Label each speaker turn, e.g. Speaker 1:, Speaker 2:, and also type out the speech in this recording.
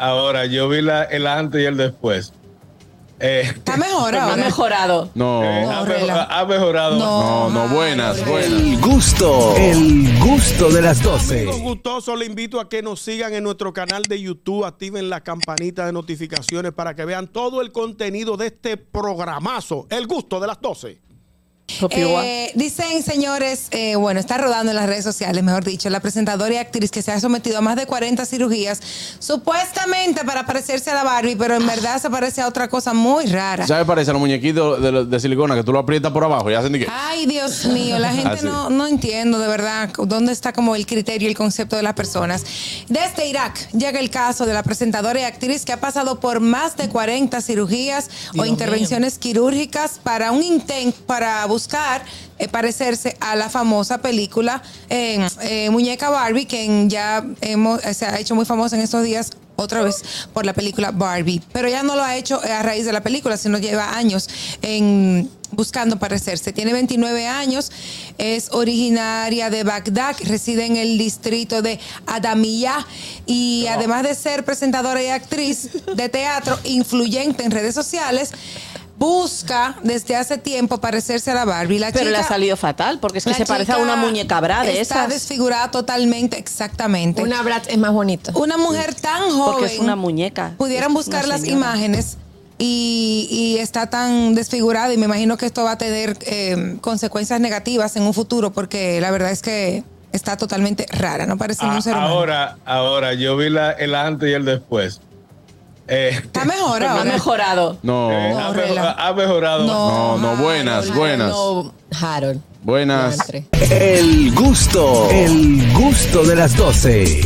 Speaker 1: Ahora, yo vi la, el antes y el después. Eh,
Speaker 2: Está mejor
Speaker 3: Ha
Speaker 2: ahora.
Speaker 3: mejorado.
Speaker 4: No,
Speaker 1: eh, ha, mejo-
Speaker 2: Rela.
Speaker 1: ha mejorado.
Speaker 4: no, no, buenas, buenas.
Speaker 5: El gusto, el gusto de las 12.
Speaker 6: Amigos gustosos, le invito a que nos sigan en nuestro canal de YouTube, activen la campanita de notificaciones para que vean todo el contenido de este programazo, El Gusto de las 12.
Speaker 3: Sopiwa.
Speaker 2: Eh, dicen, señores, eh, bueno, está rodando en las redes sociales, mejor dicho, la presentadora y actriz que se ha sometido a más de 40 cirugías, supuestamente para parecerse a la Barbie, pero en verdad se parece a otra cosa muy rara.
Speaker 4: ¿Sabes? Parece a los muñequitos de, de silicona que tú lo aprietas por abajo y hacen de que.
Speaker 2: Ay, Dios mío, la gente
Speaker 4: Así.
Speaker 2: no, no entiendo de verdad dónde está como el criterio y el concepto de las personas. Desde Irak llega el caso de la presentadora y actriz que ha pasado por más de 40 cirugías o
Speaker 3: Dios
Speaker 2: intervenciones quirúrgicas para un intento, para buscar eh, parecerse a la famosa película eh, eh, Muñeca Barbie, que ya hemos- eh, se ha hecho muy famosa en estos días otra vez por la película Barbie. Pero ya no lo ha hecho eh, a raíz de la película, sino lleva años en buscando parecerse. Tiene 29 años, es originaria de Bagdad, reside en el distrito de Adamiyah y además de ser presentadora y actriz de teatro influyente en redes sociales, busca desde hace tiempo parecerse a la Barbie. La
Speaker 3: Pero le ha
Speaker 2: chica-
Speaker 3: salido fatal porque es que
Speaker 7: La
Speaker 3: se parece a
Speaker 7: chica
Speaker 3: una muñeca bra de
Speaker 2: Está
Speaker 3: esas.
Speaker 2: desfigurada totalmente, exactamente.
Speaker 7: Una Brat es más bonita.
Speaker 2: Una mujer tan joven.
Speaker 3: Porque es una muñeca.
Speaker 2: Pudieran
Speaker 3: Es
Speaker 2: buscar
Speaker 3: una
Speaker 2: las
Speaker 3: señora.
Speaker 2: imágenes y, y está tan desfigurada y me imagino que esto va a tener eh, consecuencias negativas en un futuro porque la verdad es que está totalmente rara, no parece
Speaker 1: A-
Speaker 4: Ah,
Speaker 2: un ser humano.
Speaker 1: Ah, ahora, ahora, yo vi la, el antes y el después. Eh,
Speaker 2: Está mejor
Speaker 3: Ha
Speaker 2: ahora.
Speaker 3: mejorado.
Speaker 4: No,
Speaker 1: eh, ha, mejo-
Speaker 2: Rela.
Speaker 1: ha mejorado.
Speaker 4: no, no, buenas, buenas.
Speaker 7: No, Harold.
Speaker 4: Buenas.
Speaker 7: Diantre.
Speaker 5: El gusto, el gusto de las 12.